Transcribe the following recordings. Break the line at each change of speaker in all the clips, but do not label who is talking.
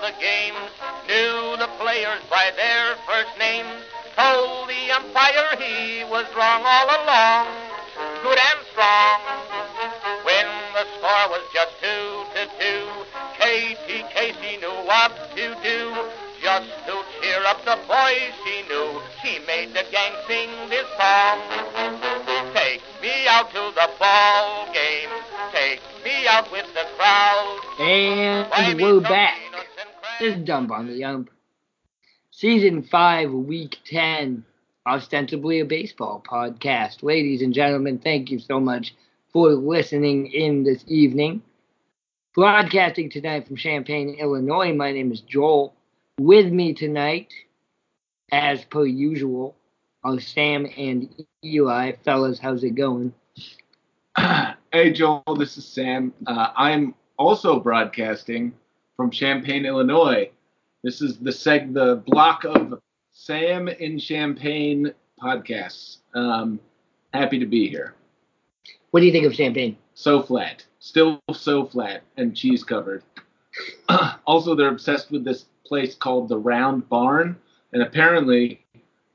the game, knew the players by their first names, told the umpire he was wrong all along, good and strong. When the score was just two to two, Katie Casey knew what to do, just to cheer up the boys she knew. She made the gang sing this song. Take me out to the ball game. Take me out with the crowd.
And we're back. This is Dumb on the Yump. Season 5, Week 10, ostensibly a baseball podcast. Ladies and gentlemen, thank you so much for listening in this evening. Broadcasting tonight from Champaign, Illinois, my name is Joel. With me tonight, as per usual, are Sam and Eli. Fellas, how's it going?
Hey, Joel, this is Sam. Uh, I'm also broadcasting from Champaign, Illinois. This is the seg- the block of Sam in Champaign podcasts. Um, happy to be here.
What do you think of Champagne?
So flat, still so flat, and cheese covered. also, they're obsessed with this place called the Round Barn, and apparently,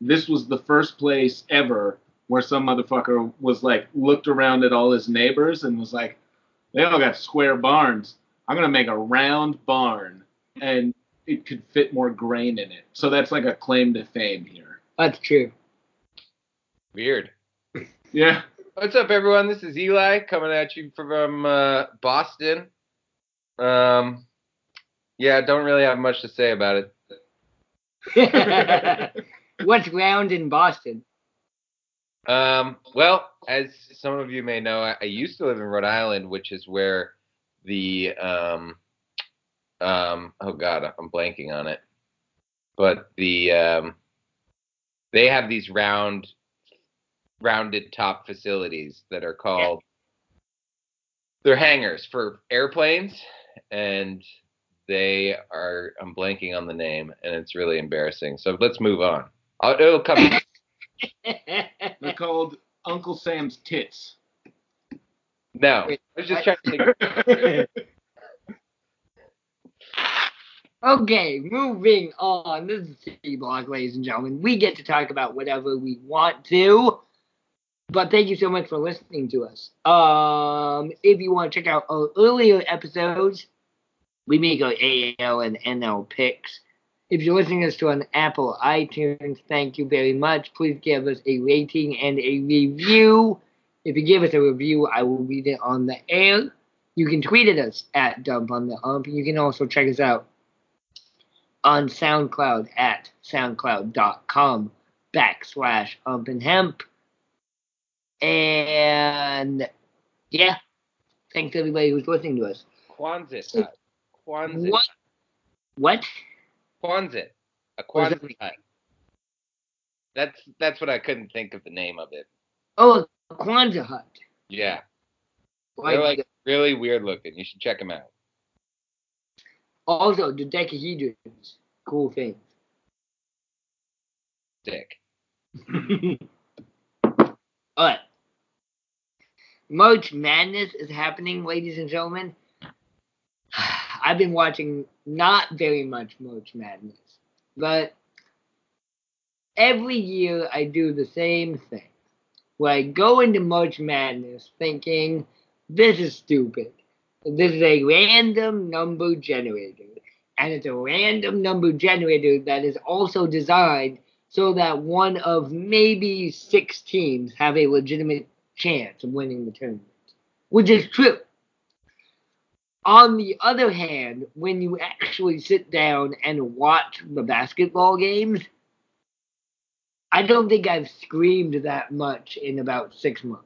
this was the first place ever where some motherfucker was like looked around at all his neighbors and was like, they all got square barns. I'm gonna make a round barn, and it could fit more grain in it. So that's like a claim to fame here.
That's true.
Weird.
Yeah.
What's up, everyone? This is Eli coming at you from uh, Boston. Um, yeah, don't really have much to say about it.
What's round in Boston?
Um, well, as some of you may know, I, I used to live in Rhode Island, which is where the um, um, oh god, I'm blanking on it, but the um, they have these round, rounded top facilities that are called they're hangars for airplanes, and they are I'm blanking on the name, and it's really embarrassing. So let's move on. I'll, it'll come.
They're called Uncle Sam's tits.
No, I
Wait,
was
I-
just trying to think.
Okay, moving on. This is City Block, ladies and gentlemen. We get to talk about whatever we want to. But thank you so much for listening to us. Um, if you want to check out our earlier episodes, we make our AL and NL picks. If you're listening to us to on Apple iTunes, thank you very much. Please give us a rating and a review. If you give us a review, I will read it on the air. You can tweet at us at Dump on the Ump. You can also check us out on SoundCloud at soundcloud.com backslash ump and hemp. And yeah, thanks everybody who's listening to us.
Quonset. hut. Quonset.
What? What?
Quonset. A
What does Oh, that
Quonset hut. That's that's what I couldn't think of the name of it.
Oh, a Kwanzaa hut.
Yeah,
Like,
They're like- really weird looking. You should check them out.
also, the decahedrons. Cool thing.
Dick.
All right. March Madness is happening, ladies and gentlemen. I've been watching not very much March Madness, but every year I do the same thing. Where I go into March Madness thinking, this is stupid. This is a random number generator. And it's a random number generator that is also designed so that one of maybe six teams have a legitimate chance of winning the tournament, which is true. On the other hand, when you actually sit down and watch the basketball games, I don't think I've screamed that much in about six months.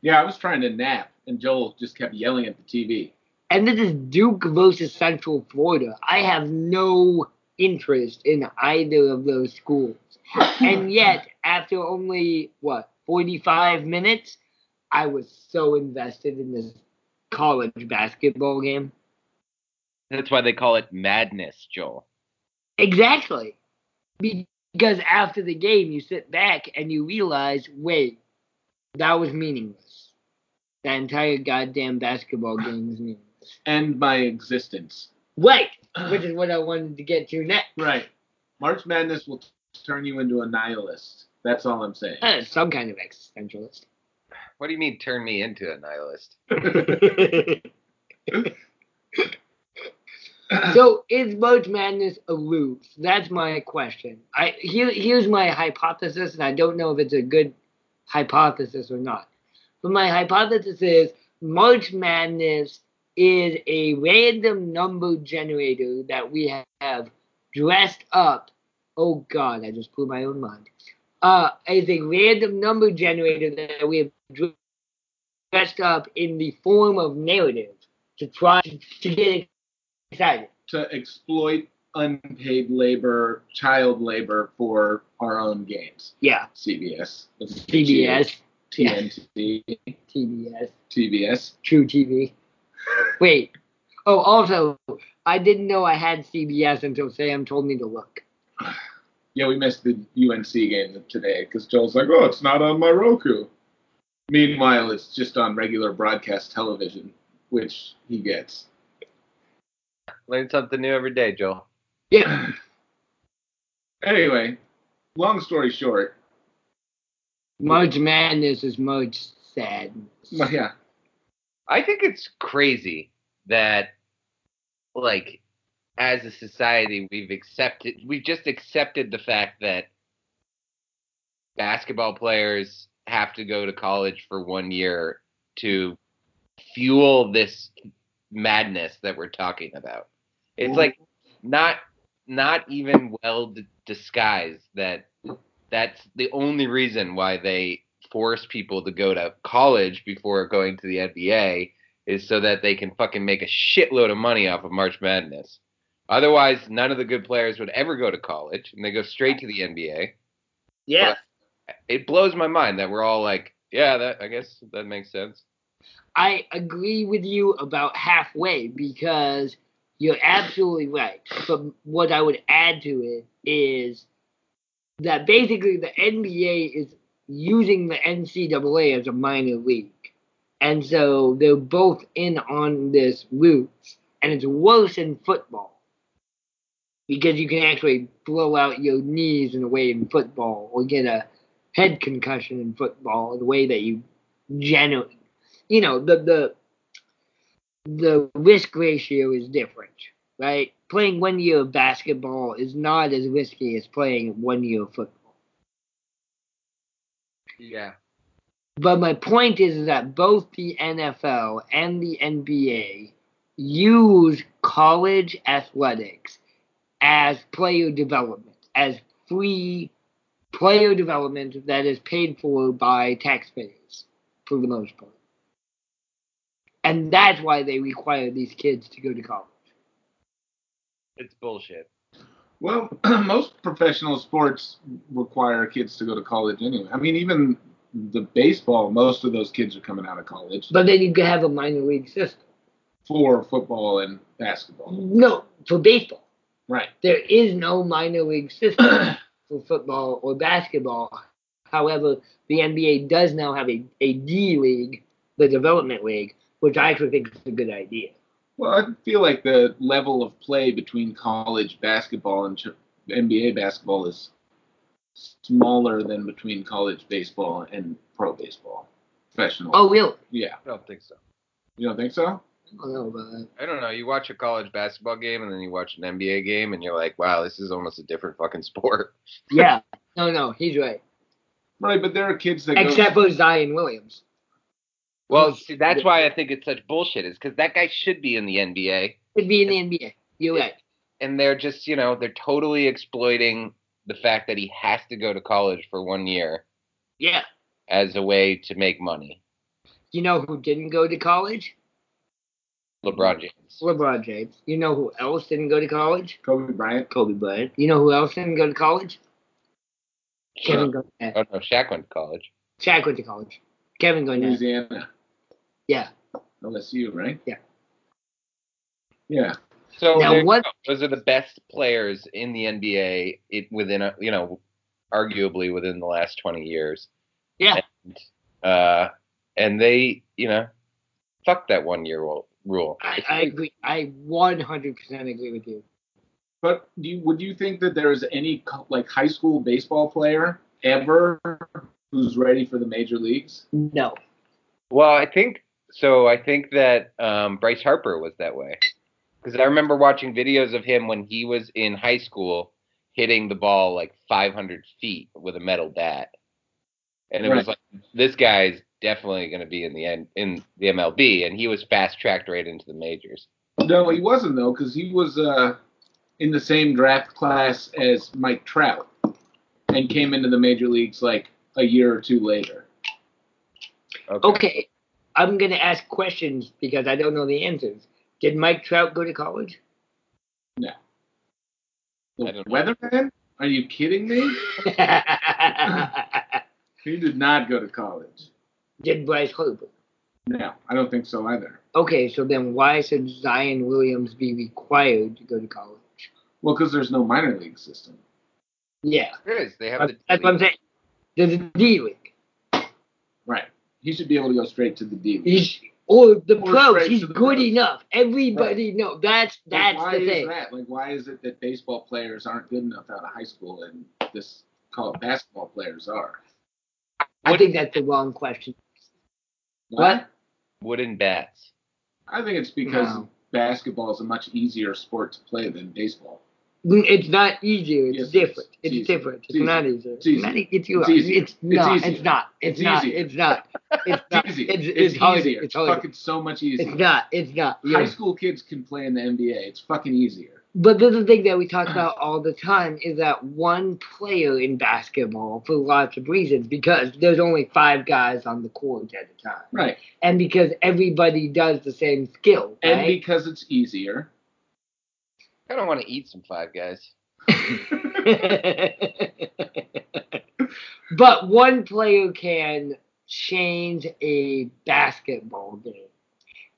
Yeah, I was trying to nap, and Joel just kept yelling at the TV.
And this is Duke versus Central Florida. I have no interest in either of those schools. and yet, after only, what, 45 minutes, I was so invested in this college basketball game.
That's why they call it madness, Joel.
Exactly. Because after the game, you sit back and you realize wait, that was meaningless. That entire goddamn basketball game was meaningless.
End my existence.
Right. which is what I wanted to get to next.
Right. March Madness will turn you into a nihilist. That's all I'm saying.
Uh, some kind of existentialist.
What do you mean turn me into a nihilist?
so is March Madness a ruse? That's my question. I here, here's my hypothesis, and I don't know if it's a good hypothesis or not. But my hypothesis is March Madness is a random number generator that we have dressed up. Oh God, I just blew my own mind. Uh, is a random number generator that we have dr- dressed up in the form of narrative to try to get excited.
to exploit unpaid labor, child labor for our own games.
Yeah,
CBS.
CBS,
TNT.
TBS.
TBS.
True TV. Wait. Oh, also, I didn't know I had CBS until Sam told me to look.
Yeah, we missed the UNC game today because Joel's like, oh, it's not on my Roku. Meanwhile, it's just on regular broadcast television, which he gets.
Learn something new every day, Joel.
Yeah.
Anyway, long story short,
March Madness is March sadness.
my- yeah,
I think it's crazy that, like, as a society, we've accepted, we've just accepted the fact that basketball players have to go to college for one year to fuel this madness that we're talking about. It's like not not even well d- disguised that that's the only reason why they force people to go to college before going to the NBA is so that they can fucking make a shitload of money off of March Madness. Otherwise, none of the good players would ever go to college and they go straight to the NBA.
Yeah.
It blows my mind that we're all like, yeah, that I guess that makes sense.
I agree with you about halfway because you're absolutely right. But what I would add to it is that basically the NBA is using the NCAA as a minor league. And so they're both in on this roots. And it's worse in football because you can actually blow out your knees in a way in football or get a head concussion in football the way that you generally you know the the the risk ratio is different, right? Playing one year of basketball is not as risky as playing one year of football.
Yeah.
But my point is that both the NFL and the NBA use college athletics as player development, as free player development that is paid for by taxpayers for the most part. And that's why they require these kids to go to college.
It's bullshit.
Well, most professional sports require kids to go to college anyway. I mean, even the baseball, most of those kids are coming out of college
But then you could have a minor league system.
for football and basketball.
No, for baseball.
Right.
there is no minor league system for football or basketball. However, the NBA does now have a, a D league, the development league, which I actually think is a good idea.
Well, I feel like the level of play between college basketball and ch- NBA basketball is smaller than between college baseball and pro baseball. Professional.
Oh, really? Oh,
Yeah.
I don't think so.
You don't think so?
I don't know about that.
I don't know. You watch a college basketball game and then you watch an NBA game and you're like, wow, this is almost a different fucking sport.
Yeah. No, no, he's right.
Right, but there are kids that
Except
go.
for Zion Williams.
Well,
Yes.
see, that's why I think it's such bullshit is because that guy should be in the NBA,
Could be in the NBA. You're right.
and they're just, you know, they're totally exploiting the fact that he has to go to college for one year
Yeah.
as a way to make money.
You know who didn't go to college? Mm-hmm.
LeBron James.
LeBron James. You know who else didn't go to college?
Kobe Bryant.
Kobe Bryant. You know who else didn't go to college? Kevin Garnett.
Oh no, Shaq went to college.
Shaq went to college. Kevin Garnett.
Louisiana.
Yeah.
LSU, right?
Yeah.
Yeah.
So
Now
there you
what-
go. those are the best players in the NBA it, within a, you know, arguably within the last twenty years.
Yeah.
Uh, and they, you know, fuck that one year old rule.
I, I agree. I 100% agree with you.
But do you, would you think that there is any co- like high school baseball player ever who's ready for the major leagues?
No.
Well, I think so. I think that um, Bryce Harper was that way because I remember watching videos of him when he was in high school hitting the ball like 500 feet with a metal bat, and it was like this guy's definitely going to be in the N- in the MLB, and he was fast tracked right into the majors.
No, he wasn't though, because he was uh, in the same draft class as Mike Trout and came into the major leagues like a year or two later.
Okay. I'm going to ask questions because I don't know the answers. Did Mike Trout go to college?
I
The
don't know.
weatherman? Are you kidding me?
Did
He did not go to college.
Bryce Harper?
No, I don't think so either.
Okay, so then why should Zion Williams be required to go to college?
Well, because there's no minor league system.
Yeah,
There is. They have
that's
the
that's what I'm saying. There's a D league.
Right. He should be able to go straight to the D. league.
He's or the
Or
pros.
straight
He's
to the
good
pros.
enough. Everybody know that's that's
why
the
is
thing.
that? Like, why is it that baseball players aren't good enough out of high school and this called basketball players are?
I think that's the wrong question. What?
wooden bats.
I think it's because
No.
basketball is a much easier sport to play than baseball.
It's not easier. It's
Yes, it is.
different. It's,
It's easy.
different. It's,
It's easy.
not easier. It's
easy.
not e- It's, you
It's
are.
easy.
it's
It's
not. It's,
easier.
not. It's,
It's
not.
easier.
It's not. It's
It's
not.
easy.
It's,
It's,
it's, harder.
easier.
It's
It's,
harder.
fucking so much easier.
It's not. It's not. You're-
High school kids can play in the NBA. It's fucking easier.
But this is the thing that we talk about all the time is that one player in basketball for lots of reasons because there's only five guys on the court at a time,
Right.
and because everybody does the same skill,
And
right?
because it's easier.
I don't want to eat some Five Guys.
but one player can change a basketball game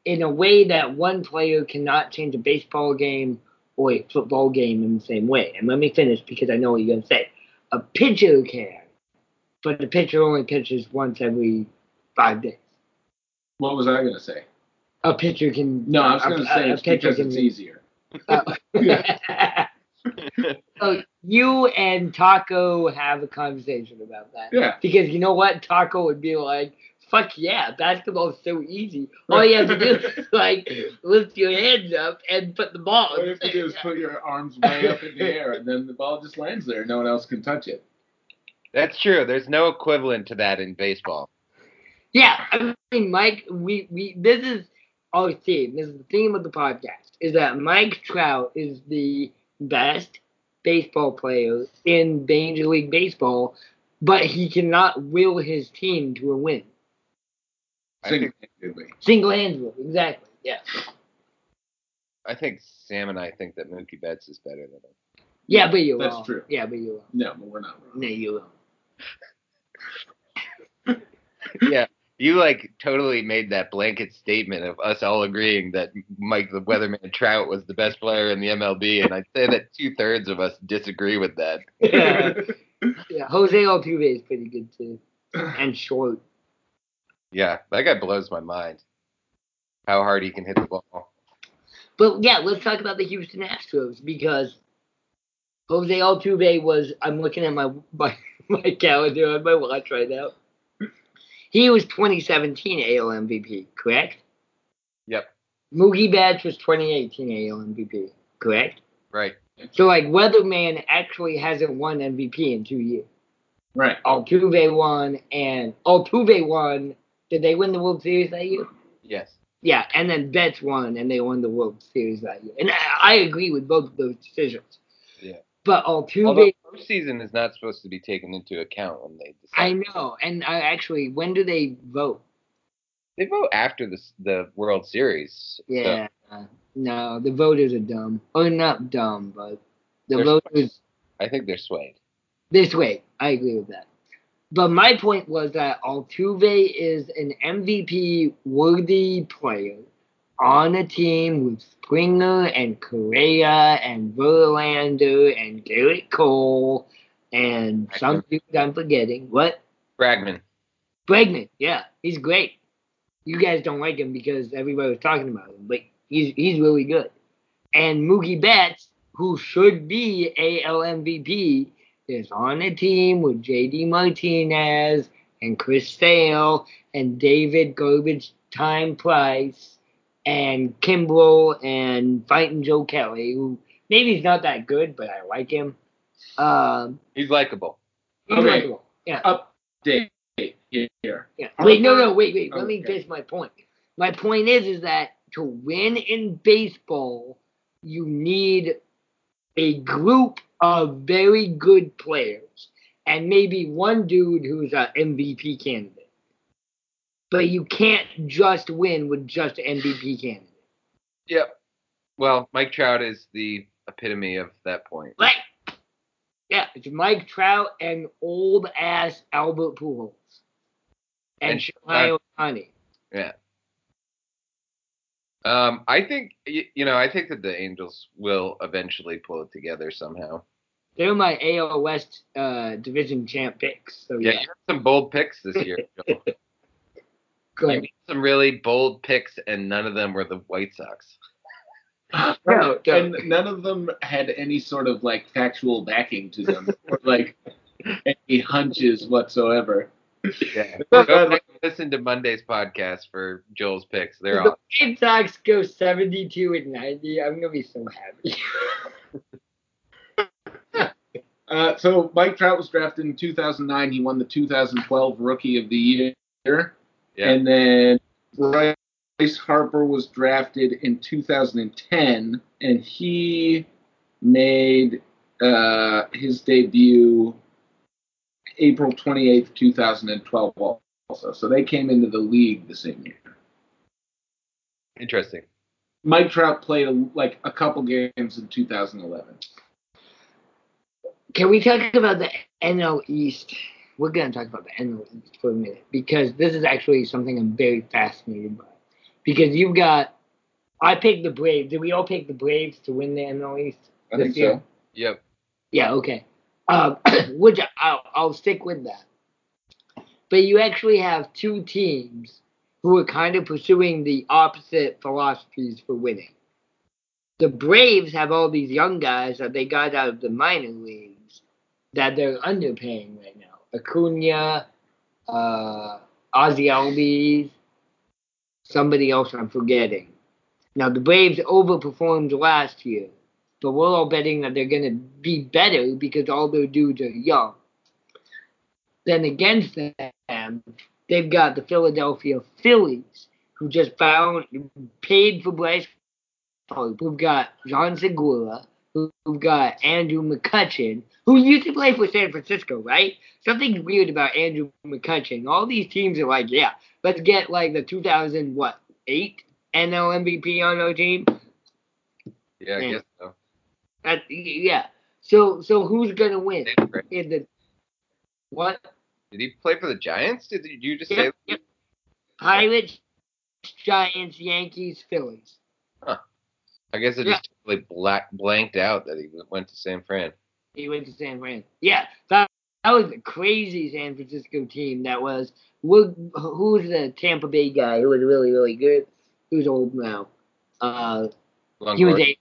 in a way that one player cannot change a baseball game or a football game in the same way. And let me finish because I know what you're going to say. A pitcher can, but the pitcher only pitches once every five days.
What was I gonna say?
A pitcher can.
No, I was
a-
gonna
a-
say
a
it's
pitcher
because
can-
it's easier.
so you and Taco have a conversation about that.
Yeah.
Because you know what? Taco would be like, fuck yeah, basketball's so easy. All you have to do is like lift your hands up and put the ball.
All you have to do is put your arms way up in the air, and then the ball just lands there. No one else can touch it.
That's true. There's no equivalent to that in baseball.
Yeah, I mean, Mike, we, we this is our theme. This is the theme of the podcast is that Mike Trout is the best baseball player in Major League Baseball, but he cannot will his team to a win
I think-
Single-handedly.
single handedly. Exactly. Yeah.
I think Sam and I think that Mookie Betts is better than him.
Yeah, but you're
That's
wrong.
true.
Yeah, but you're wrong.
No, but we're not wrong.
No, you're wrong.
yeah, you like totally made that blanket statement of us all agreeing that Mike the Weatherman Trout was the best player in the MLB, and I'd say that two thirds of us disagree with that.
yeah. Jose Altuve is pretty good too, and short.
Yeah, that guy blows my mind. How hard he can hit the ball.
But yeah, let's talk about the Houston Astros because Jose Altuve was. I'm looking at my my, my calendar on my watch right now. He was 2017 AL MVP, correct?
Yep.
Moogie Betts was 2018 AL MVP, correct?
Right.
So like Weatherman actually hasn't won MVP in two years.
Right.
Altuve won, and Altuve won. Did they win the World Series that year?
Yes.
Yeah, and then Betts won, and they won the World Series that year. And I, I agree with both of those decisions.
Yeah.
But Altuve,
Although postseason is not supposed to be taken into account when they
I
decide.
know, and I actually, when do they vote?
they vote after the the World Series. so
Yeah. No, the voters are dumb. Or not dumb, but the
they're
voters
swayed. I think they're swayed.
this way. I agree with that. But my point was that Altuve is an MVP worthy player on a team with Springer and Correa and Verlander and Garrett Cole and some dude I'm forgetting. What?
Bragman.
Bregman. Yeah, he's great. you guys don't like him because everybody was talking about him, but he's he's really good. And Mookie Betts, who should be AL MVP, is on a team with JD Martinez and Chris Sale and David Garbage Time Price and Kimbrel and Fighting Joe Kelly, who maybe he's not that good, but I like him. Um,
He's likable.
he's
Okay.
likable. Yeah.
Update here.
Yeah. Wait, no,
Okay.
no, wait, wait. Let me
Okay.
finish my point. My point is, is that to win in baseball, you need a group of very good players and maybe one dude who's a MVP candidate. But you can't just win with just an MVP candidate.
Yep. Well, Mike Trout is the epitome of that point.
Right. Yeah, it's Mike Trout and old ass Albert Pujols and,
And
and Shohei
Shohei
Ohtani.
Um, I think y- you know, I think that the Angels will eventually pull it together somehow.
They're my AL West uh, division champ picks. So
Yeah,
Oh, yeah,
you had some bold picks this year. Joel.
go
You
ahead.
made some really bold picks, and none of them were the White Sox.
No, no.
Um, And none of them had any sort of like factual backing to them, or like any hunches whatsoever.
Yeah.
Not
Go
bad.
back and listen to Monday's podcast for Joel's picks. They're
If
awesome.
the White Sox go 72 and 90, I'm gonna be so happy.
Uh, so Mike Trout was drafted in 2009. He won the 2012 Rookie of the Year,
Yeah.
and then Bryce Harper was drafted in 2010, and he made uh, his debut April 28th, 2012. Also, so they came into the league the same year.
Interesting.
Mike Trout played a, like a couple games in 2011.
Can we talk about the NL East? We're gonna talk about the NL East for a minute because this is actually something I'm very fascinated by. Because you've got, I picked the Braves. Did we all pick the Braves to win the NL East?
I
This
think
year.
so.
Yep.
Yeah, okay. Um, which I'll, I'll stick with that. But you actually have two teams who are kind of pursuing the opposite philosophies for winning. The Braves have all these young guys that they got out of the minor leagues that they're underpaying right now. Acuna, uh, Ozzy Albies, somebody else I'm forgetting. Now, the Braves overperformed last year but we're all betting that they're going to be better because all their dudes are young. Then against them, they've got the Philadelphia Phillies, who just found paid for Bryce Harper. We've got John Segura. We've got Andrew McCutcheon, who used to play for San Francisco, right? Something's weird about Andrew McCutcheon. All these teams are like, yeah, let's get like the 2000 what eight NL MVP on our team.
Yeah, I
Yeah.
guess so.
That, yeah. So so who's gonna win?
Did
In the what?
he play for the Giants? Did you just say?
Yep, yep. Pirates, Giants, Yankees, Phillies.
I guess I
Yeah.
just totally black, blanked out that he went to San Fran.
He went to San Fran. Yeah, that, that was a crazy San Francisco team. That was who, who's the Tampa Bay guy who was really really good? Who's old now? Uh, he was
Longoria.
a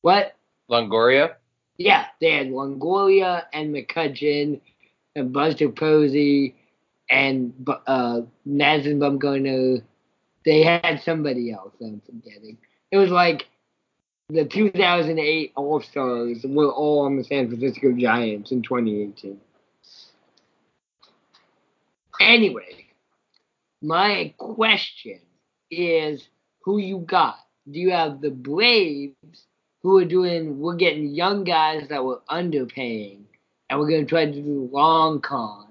what?
Longoria?
Yeah, they had Longoria and McCutcheon and Buster Posey and Bu- uh, Nazem Bumgarner. They had somebody else, I'm forgetting. It was like the 2008 All Stars were all on the San Francisco Giants in 2018. Anyway, my question is who you got? Do you have the Braves who are doing we're getting young guys that we're underpaying and we're gonna try to do long con.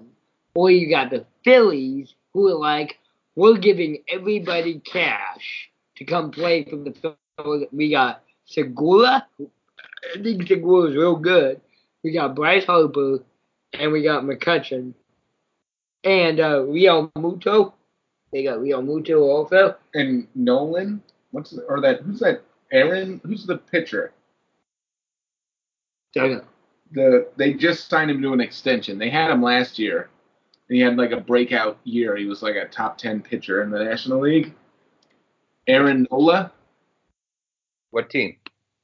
Or you got the Phillies who are like, we're giving everybody cash to come play for the Phillies. We got Segura, who- I think Segura is real good. We got Bryce Harper, and we got McCutcheon, and uh, Rio Muto. They got Rio Muto also.
and Nolan. What's the, or that? Who's that? Aaron? Who's the pitcher?
Don't know.
The they just signed him to an extension. They had him last year, and he had like a breakout year. He was like a top ten pitcher in the National League. Aaron Nola,
What team?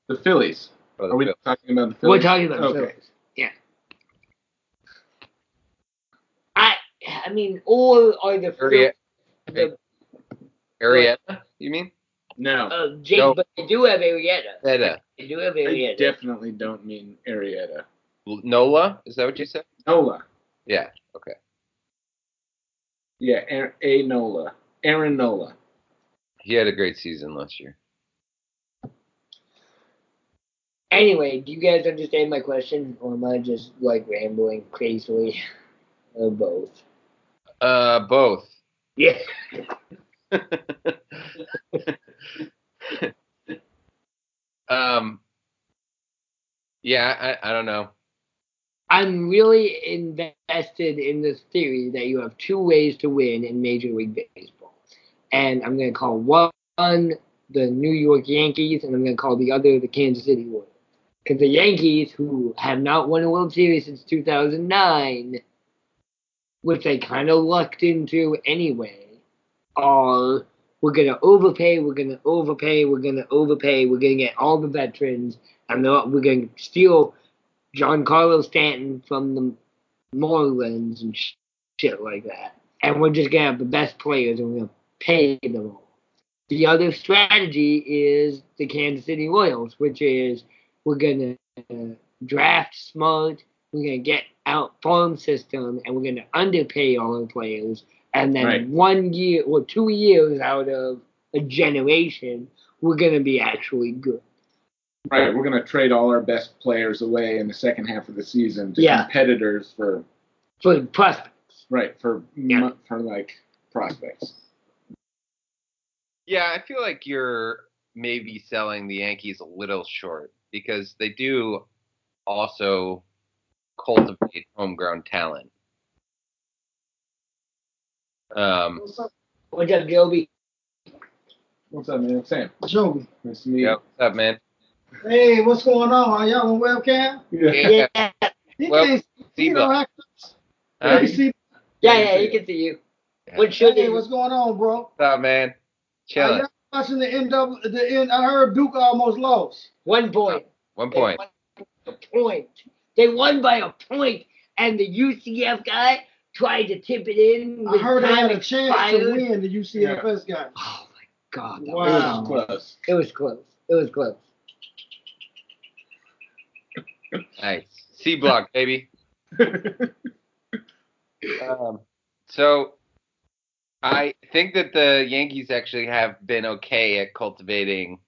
the Phillies.
Oh, the
Are we
Phil-
talking about the Phillies?
We're talking about
okay.
Phillies. Yeah. I I mean, all are the
Uri-
Phillies.
Arietta, you mean?
No,
The, uh, Jake,
No.
but they do have Arietta.
Arietta.
They do have
I
Arietta.
definitely don't mean Arietta.
Nola? Is that what you said?
Nola,
Yeah.
yeah, Ar- A Nola, Aaron Nola.
He had a great season last year.
anyway, do you guys understand my question, or am I just like rambling crazily, or both?
Uh, both.
Yeah.
um, yeah, I, I don't know.
I'm really invested in this theory that you have two ways to win in Major League Baseball. And I'm going to call one the New York Yankees, and I'm going to call the other the Kansas City Royals. Because the Yankees, who have not won a World Series since 2009, which they kind of lucked into anyway, are we're going to overpay, we're going to overpay, we're going to overpay, we're going to get all the veterans, and they're- we're going to steal John Carlos Stanton from the Marlins and sh- shit like that. And we're just gonna have the best players and we're gonna pay them all. The other strategy is the Kansas City Royals, which is we're gonna uh, draft smart, we're gonna get out farm system, and we're gonna underpay all our players. And then
Right.
one year or two years out of a generation, we're gonna be actually good.
Right, we're gonna trade all our best players away in the second half of the season to
Yeah.
competitors for
For prospects.
right for
Yeah.
mo- for like prospects.
Yeah, I feel like you're maybe selling the Yankees a little short because they do also cultivate homegrown talent. Um,
Oh
What's up, Joby?
What's up, man? Sam,
Joey.
nice to meet
yeah,
you.
what's up, man?
Hey, what's going on? Are y'all on webcam?
Yeah.
Yeah, yeah,
He
Well,
can't see
Zebra.
no actors.
Huh?
He see-
yeah, he can see you. What should
Hey,
he?
what's going on, bro?
What's up, man?
Are
Chilling.
y'all watching the NW? The N, I heard Duke almost lost.
One point.
One point.
They won by A point. They won by a point, and the UCF guy tried to tip it in.
I
with
heard they
time
had a chance to
expired.
win the UCFS game.
Oh my god! That
It
Wow.
was
was,
close.
it was close. It was close.
Nice. C block, baby. Um, so I think that the Yankees actually have been okay at cultivating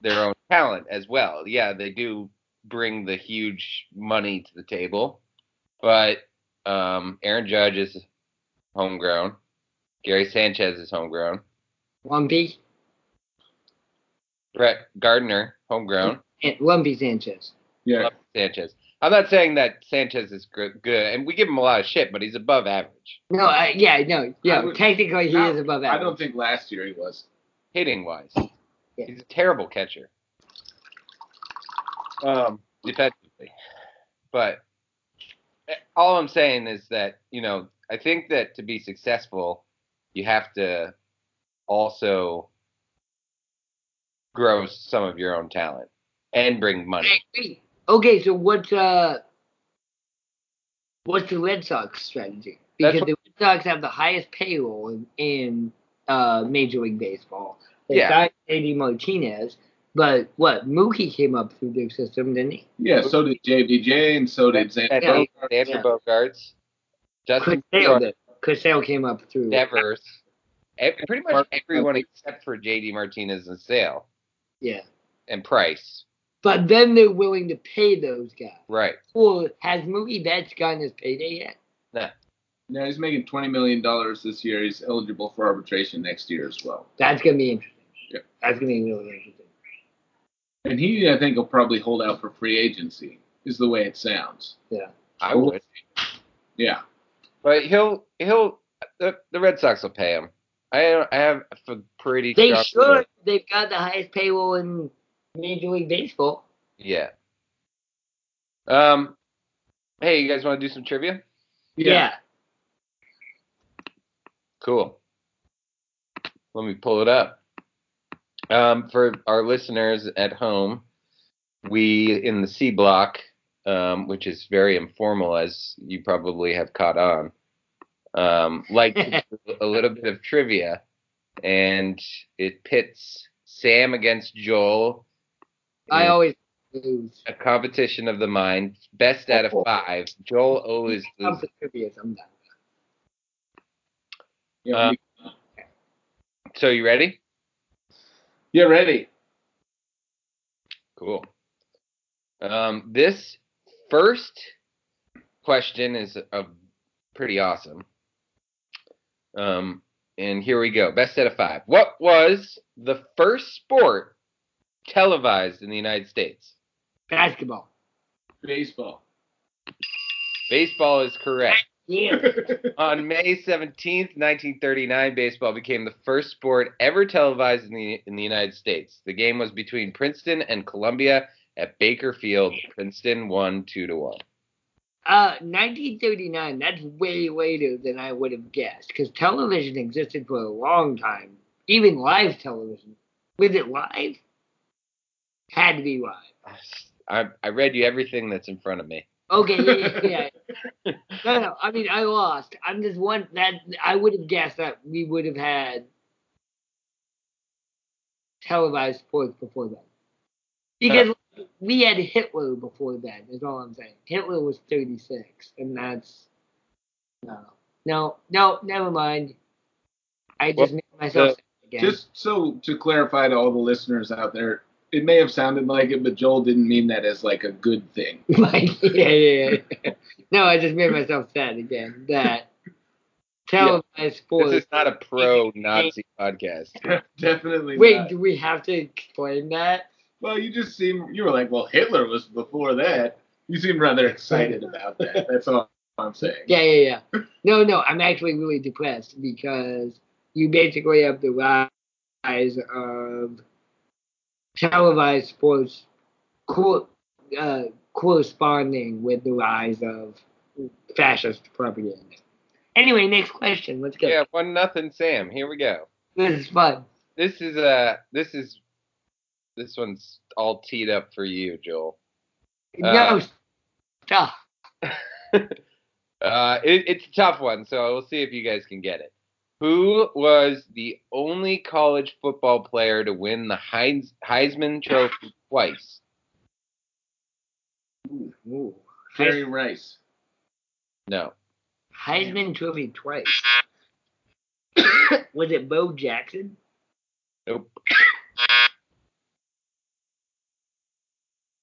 their own talent as well. Yeah, they do bring the huge money to the table, but um, Aaron Judge is homegrown. Gary Sanchez is homegrown.
Lumpy
Brett Gardner, homegrown.
and Lumpy Sanchez.
Yeah,
Love Sanchez. I'm not saying that Sanchez is good, good, and we give him a lot of shit, but he's above average
No, uh, yeah, no, yeah.
I would-
technically, he
I-
is above
I
average.
don't think last year he was.
hitting wise. He's a terrible catcher.
Um,
defensively. But eh, all I'm saying is that, you know, I think that to be successful, you have to also grow some of your own talent and bring money.
Wait, okay, so what's uh, what's the Red Sox strategy?
That's
Because the Red Sox have the highest payroll in, in uh, Major League Baseball. They
Yeah.
signed Eddie Martinez, but what Mookie came up through their system, didn't he?
yeah, so did JBJ and so did Xander.
And
Yeah.
Bogaerts.
Yeah. Chris
Xander Bogarts, Justin
Sale
Bogaerts,
did. Chris Sale came up through.
Devers, ev- pretty much
Mark-
everyone except for JD Martinez and Sale
Yeah,
and Price.
but then they're willing to pay those guys.
Right.
Or has Mookie Betts gotten his payday yet?
Now he's making twenty million dollars this year. He's eligible for arbitration next year as well.
That's gonna be interesting.
Yeah.
That's gonna be really interesting.
And he, I think, will probably hold out for free agency. Is the way it sounds.
I would.
Yeah.
But he'll he'll the, the Red Sox will pay him. I I have a pretty
They
strong
should. They've got the highest payroll in Major League Baseball.
Yeah. Um. Hey, you guys want to do some trivia?
Yeah.
Cool. Let me pull it up. Um, for our listeners at home, we in the C block, um, which is very informal, as you probably have caught on, um, like to do a little bit of trivia, and it pits Sam against Joel.
I
in-
always lose.
a competition of the mind, best out of five. Joel always
I'm
loses.
the trivia. I'm done.
Yeah,
Uh, So you ready?
yeah, ready.
Cool. Um, this first question is a pretty awesome. Um, and here we go. Best out of five. What was the first sport televised in the United States?
Basketball.
Baseball.
Baseball is correct.
Yeah.
On May 17th, 1939, baseball became the first sport ever televised in the, in the United States. The game was between Princeton and Columbia at Baker Field. Princeton won 2 to 1.
Uh, 1939. That's way later than I would have guessed because television existed for a long time, even live television. Was it live? Had to be live.
I, I read you everything that's in front of me.
Okay, yeah, yeah, yeah. No, no. I mean, I lost. I'm just one that I would have guessed that we would have had televised sports before then, because we had Hitler before then. Is all I'm saying. Hitler was 36, and that's no, no, no. Never mind. I just made myself sick again.
Just so to clarify to all the listeners out there, it may have sounded like it, but Joel didn't mean that as like a good thing.
like, yeah, yeah, yeah. No, I just made myself sad again. That televised sports.
This is not a pro Nazi podcast.
Definitely.
Wait,
not.
do we have to explain that?
Well, you just seem you were like, well, Hitler was before that. You seem rather excited about that. That's all I'm saying.
Yeah, yeah, yeah. No, no, I'm actually really depressed because you basically have the rise of televised sports co- uh, corresponding with the rise of fascist propaganda. Anyway, next question. Let's go.
Yeah, 1 nothing, Sam. Here we go.
This is fun.
This is uh this is this one's all teed up for you, Joel. Uh,
no, stop.
Uh, it, it's a tough one, so we'll see if you guys can get it. Who was the only college football player to win the Heins, Heisman Trophy twice?
Ooh.
Jerry Rice.
No,
Heisman Trophy twice. was it Bo Jackson?
nope,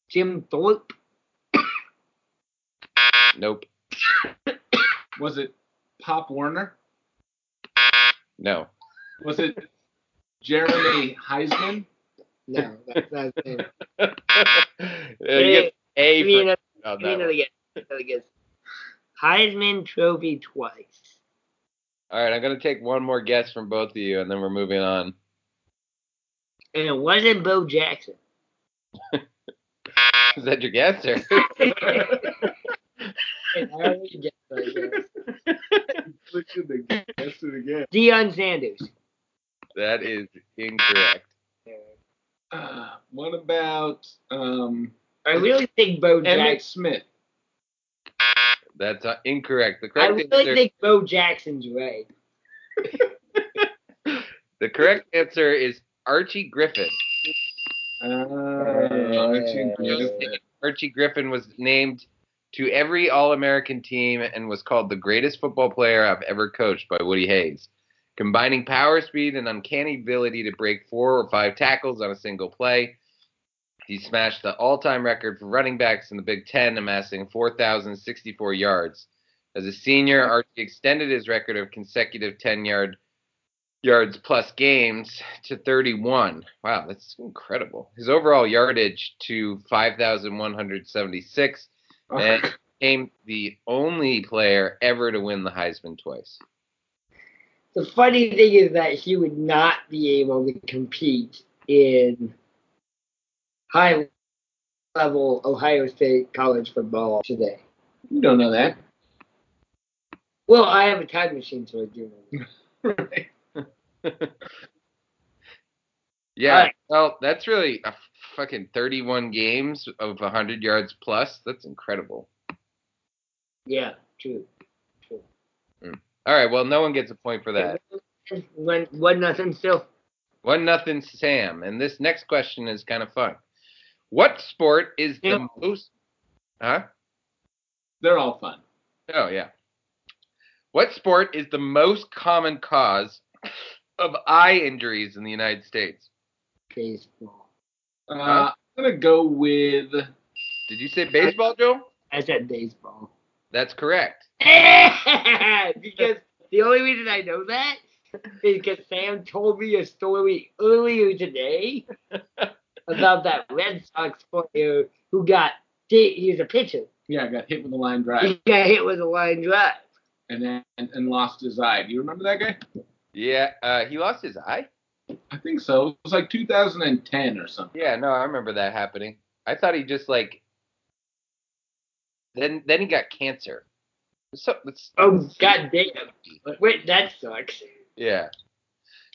Jim Thorpe?
nope,
Was it Pop Warner?
no.
Was it Jeremy Heisman?
No, that's not his name.
Uh, you get
Give
A
me
for
another-
on
give me
that
another
one.
guess. Another guess. Heisman Trophy twice.
All right, I'm gonna take one more guess from both of you, and then we're moving on.
And it wasn't Bo Jackson.
Is that your guess? Or?
And I already guessed right there.
Look at the guess it again.
Deion Sanders.
that is incorrect.
Uh, what about um,
I really think Bo
Emmett
Jackson.
Smith?
That's uh, incorrect. The
I
correct
really
answer.
think Bo Jackson's right.
the correct answer is Archie Griffin.
Uh, aren't you good?
Archie Griffin was named to every All American team and was called the greatest football player I've ever coached by Woody Hayes. Combining power, speed, and uncanny ability to break four or five tackles on a single play, he smashed the all time record for running backs in the Big Ten, amassing 4,064 yards. As a senior, Archie extended his record of consecutive 10 yard yards plus games to 31. Wow, that's incredible. His overall yardage to 5,176 and became the only player ever to win the Heisman twice.
The funny thing is that he would not be able to compete in high level Ohio State college football today.
You don't know that.
Well, I have a time machine, so I do know.
right.
Yeah.
Alright.
Well, that's really a fucking 31 games of 100 yards plus. That's incredible.
Yeah, true.
All right. Well, no one gets a point for that.
One, one nothing still.
One nothing, Sam. And this next question is kind of fun. What sport is the
Yeah.
most? Huh?
They're all fun.
Oh yeah. What sport is the most common cause of eye injuries in the United States?
Baseball.
Uh,
Huh?
I'm gonna go with
Did you say baseball, Joe?
I said baseball.
That's correct.
because the only reason I know that is because Sam told me a story earlier today about that Red Sox player who got he was a pitcher.
yeah. I got hit with a line drive
He got hit with a line drive.
and then and, and lost his eye. Do you remember that guy?
Yeah. Uh, he lost his eye.
I think so. It was like 2010 or something.
Yeah, no, I remember that happening. I thought he just like then then he got cancer. So it's,
Oh goddamn! Wait, that sucks.
yeah.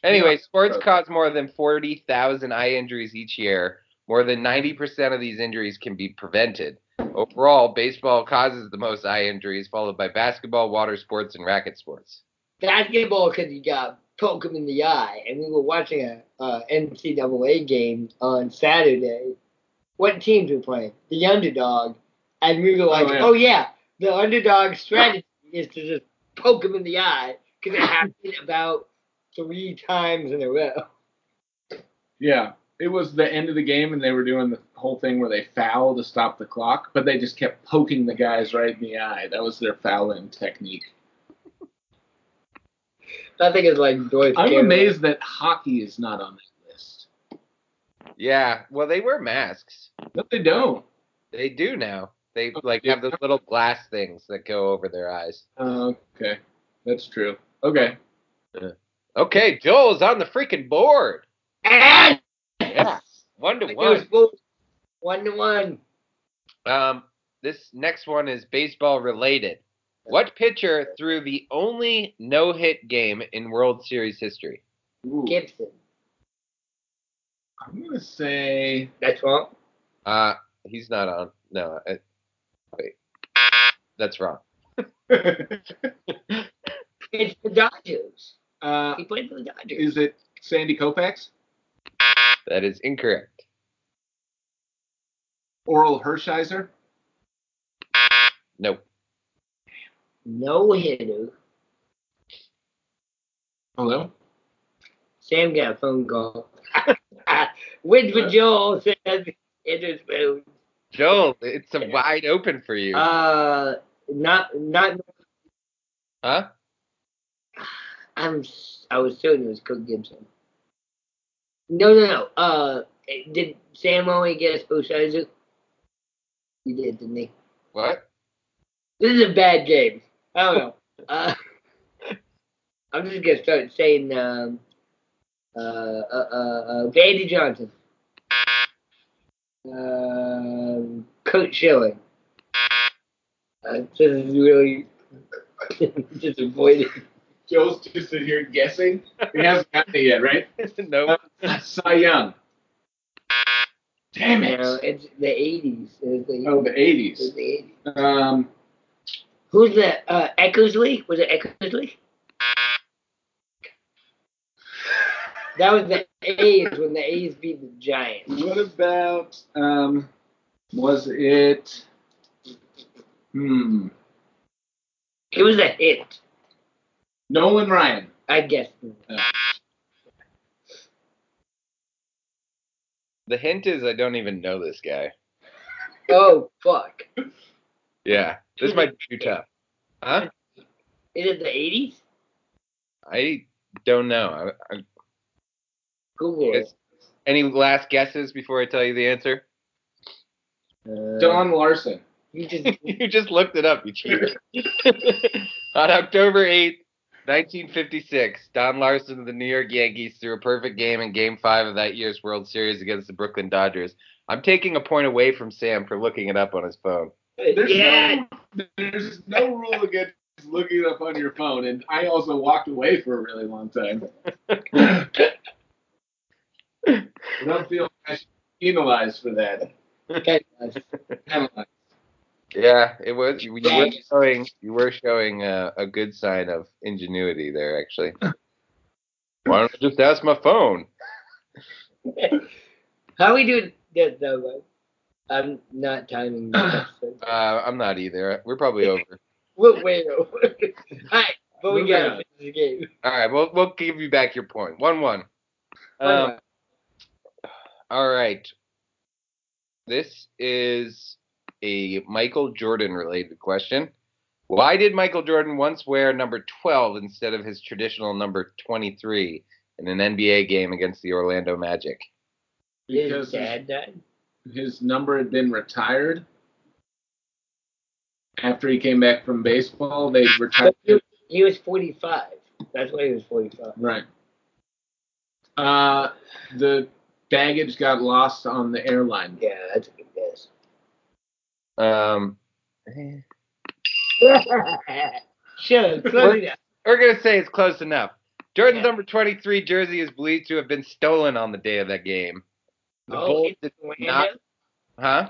Anyway,
Yeah.
sports cause more than 40,000 eye injuries each year. More than 90% of these injuries can be prevented. Overall, baseball causes the most eye injuries, followed by basketball, water sports, and racket sports.
basketball because you got poke him in the eye. And we were watching a, uh NCAA game on Saturday. What teams were playing? The underdog. And we were like, oh
Oh,
yeah,
yeah.
the underdog strategy is to just poke him in the eye because it happened about three times in a row.
Yeah. It was the end of the game, and they were doing the whole thing where they foul to stop the clock, but they just kept poking the guys right in the eye. That was their fouling technique.
I think it's like North
I'm
Carolina.
amazed that hockey is not on that list.
Yeah, well, they wear masks.
No, they don't.
They do now. They
Oh,
like
yeah.
have those little glass things that go over their eyes.
Oh, okay, that's true. Okay.
Okay, Joel's on the freaking board.
And
Yeah, one to
Lakers
one.
Bulls, one to one.
Um, this next one is baseball related. What pitcher threw the only no-hit game in World Series history?
Ooh.
Gibson.
I'm gonna say
That's wrong.
Uh, he's not on. No, I, wait, that's wrong.
It's the Dodgers.
uh,
He played for the Dodgers.
is it Sandy Koufax?
That is incorrect.
Oral Hershiser?
Nope.
no hitter.
Hello.
Sam got a phone call. Which would Joel says it is food.
Joel, it's a wide open for you,
Uh, not not.
huh?
I'm. s- I was certain it was Cook Gibson. No, no, no. Uh, did Sam only get a Bouchard? He did, didn't he?
What?
This is a bad game. I don't know. Uh, I'm just gonna start saying um, uh, uh, uh, uh, Randy Johnson, um, Coach Schilling. Uh, this is really disappointing.
Joe's just in here guessing. He hasn't gotten it yet, right?
nope.
Cy Young. Damn
You
it!
know, it's the '80s. It's the,
Oh, the
it's
'80s.
the 80s.
Um,
Who's that? Uh, Eckersley? Was it Eckersley? That was the A's when the A's beat the Giants.
what about um, was it? Hmm.
It was a hit.
Nolan Ryan.
I guess.
The hint is I don't even know this guy.
Oh fuck!
Yeah, this might be too tough. Huh?
Is it the '80s?
I don't know. I, I,
Google it.
It's- any last guesses before I tell you the answer?
Uh,
Don Larson.
You just
you just looked it up, you cheater. On October 8th, 1956, Don Larson of the New York Yankees threw a perfect game in Game 5 of that year's World Series against the Brooklyn Dodgers. I'm taking a point away from Sam for looking it up on his phone.
There's
yeah.
no there's no rule against look it up on your phone. And I also walked away for a really long time. I don't feel I should be penalized for that.
Okay, guys.
Penalized.
Yeah, it was. You, you were showing you were showing a, a good sign of ingenuity there, actually. Why don't I just ask my phone?
How we do this though? Like, uh, I'm not timing this episode.
Uh, I'm not either. We're probably over.
We're way over. Alright, but we
Moving
got
on.
to finish the game.
All right, we'll we'll give you back your point. One one. Um, All right. This is a Michael Jordan related question. Why did Michael Jordan once wear number 12 instead of his traditional number 23 in an NBA game against the Orlando Magic?
His
Because
dad died.
his number had been retired. After he came back from baseball, they retired.
But he, he was 45. That's why he was 45.
Right. Uh, the baggage got lost on the airline.
Yeah, that's a good guess.
Um, eh,
sure, close it up.
we're going to say it's close enough. Jordan's
Yeah.
number 23 jersey is believed to have been stolen on the day of that game. The
Oh,
Bulls
in
did
Orlando?
not, huh?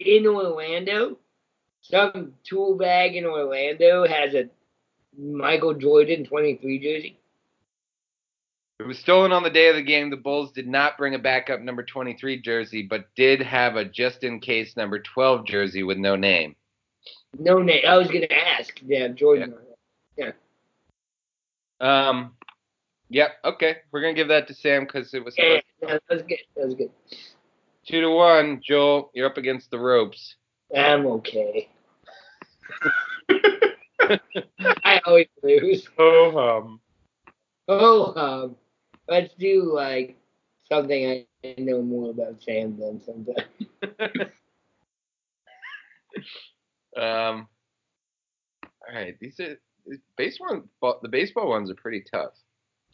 in Orlando? Some tool bag in Orlando has a Michael Jordan 23 jersey?
It was stolen on the day of the game. The Bulls did not bring a backup number 23 jersey, but did have a just in case number 12 jersey with no name.
No name. I was going to ask. Yeah, Jordan.
Um, yep, okay. We're going to give that to Sam because it was
Yeah, yeah, that was good. That was good.
two to one. Joel, you're up against the ropes.
I'm okay. I always lose.
Oh, um,
Oh, um, let's do like something I know more about Sam than sometimes.
um, all right. These are baseball. The baseball ones are pretty tough.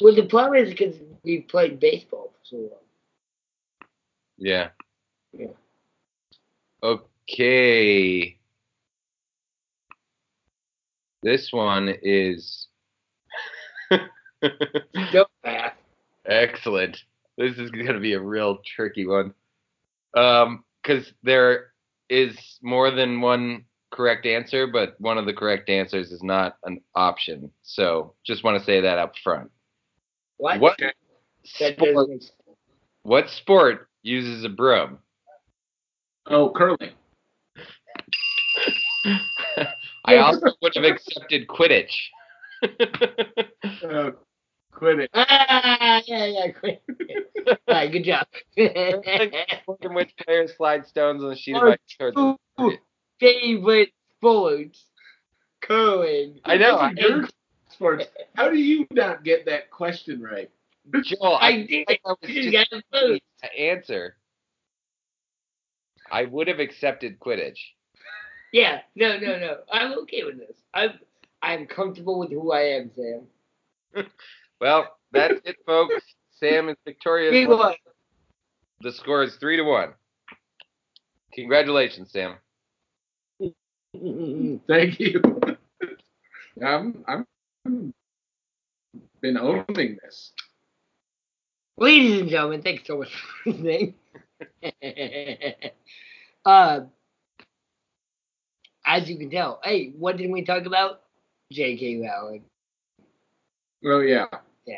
Well, the problem is because we played baseball for so long.
Yeah.
Yeah.
Okay. This one is
Don't laugh.
excellent. This is going to be a real tricky one. Um cuz there is more than one correct answer, but one of the correct answers is not an option. So, just want to say that up front.
What?
What
That
sport,
doesn't make sense.
what sport uses a broom?
Oh, curling.
I also would have accepted Quidditch.
Uh, quit it.
Ah, yeah, yeah, great. All right, good job.
Sport in which players slide stones on the sheet of
Or
ice towards
Oh,
the target.
Favorite sports? Curling.
I know. I,
Those are your sports. How do you not get that question right?
Joel, I,
I did.
think I was
You
just
got it first.
the answer. I would have accepted Quidditch.
Yeah, no, no, no. I'm okay with this. I'm I'm comfortable with who I am, Sam.
Well, that's it, folks. Sam is victorious.
We won.
The score is three to one. Congratulations, Sam.
Mm-hmm.
Thank you. I'm, I'm been owning this.
Ladies and gentlemen, thanks so much for listening. uh, as you can tell, hey, what did we talk about? J.K. Rowling.
Oh yeah.
Yeah,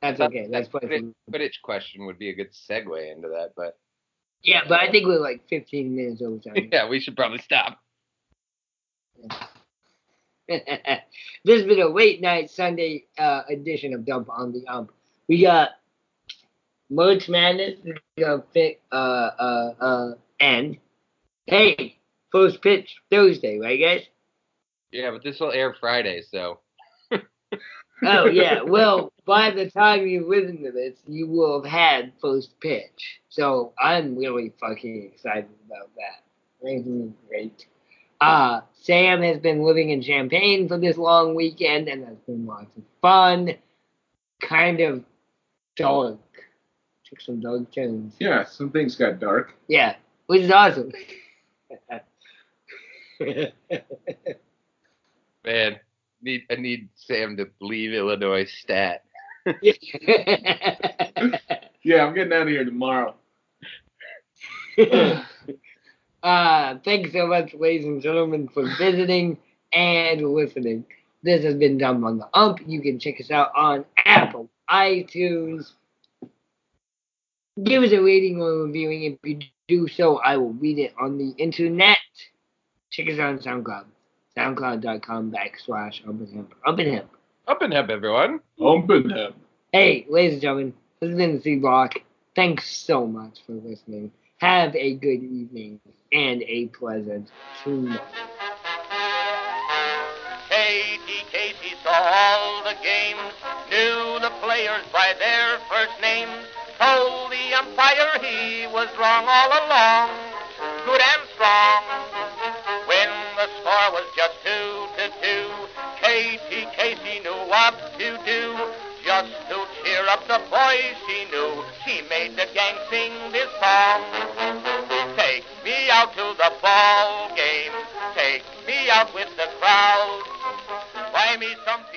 that's okay. That's perfect.
Quidditch question would be a good segue into that, but
Yeah, but I think we're like 15 minutes over time.
yeah, we should probably stop.
this has been a late night Sunday uh, edition of Dump on the Ump. We got Merch Madness is gonna fit, uh, uh, uh, end. Hey, first pitch Thursday, right, guys?
Yeah, but this will air Friday, so
Oh yeah. well, by the time you listen to this, you will have had first pitch. So I'm really fucking excited about that. I think it's gonna be great. Uh, Sam has been living in Champagne for this long weekend, and that's been lots of fun. Kind of dark. Took some dark turns.
Yeah, some things got dark.
Yeah, which is awesome.
man, need I need Sam to leave Illinois stat.
Yeah, I'm getting out of here tomorrow.
uh, thanks so much, ladies and gentlemen, for visiting and listening. This has been Dumb on the Ump. You can check us out on Apple, iTunes. Give us a rating or reviewing. If you do so, I will read it on the internet. Check us out on SoundCloud. SoundCloud.com backslash Ump and Hemp. Ump and Hemp.
Up and up, everyone.
Open up.
Hey, ladies and gentlemen, this has been Z Rock. Thanks so much for listening. Have a good evening and a pleasant tomorrow.
Katie Casey saw all the games, knew the players by their first names, told the umpire he was wrong all along, good and strong. When the score was just two to two, Katie Casey knew what to do, just to cheer up the boys she knew. She made the gang sing this song. Take me out to the ball game. Take me out with the crowd. Buy me some.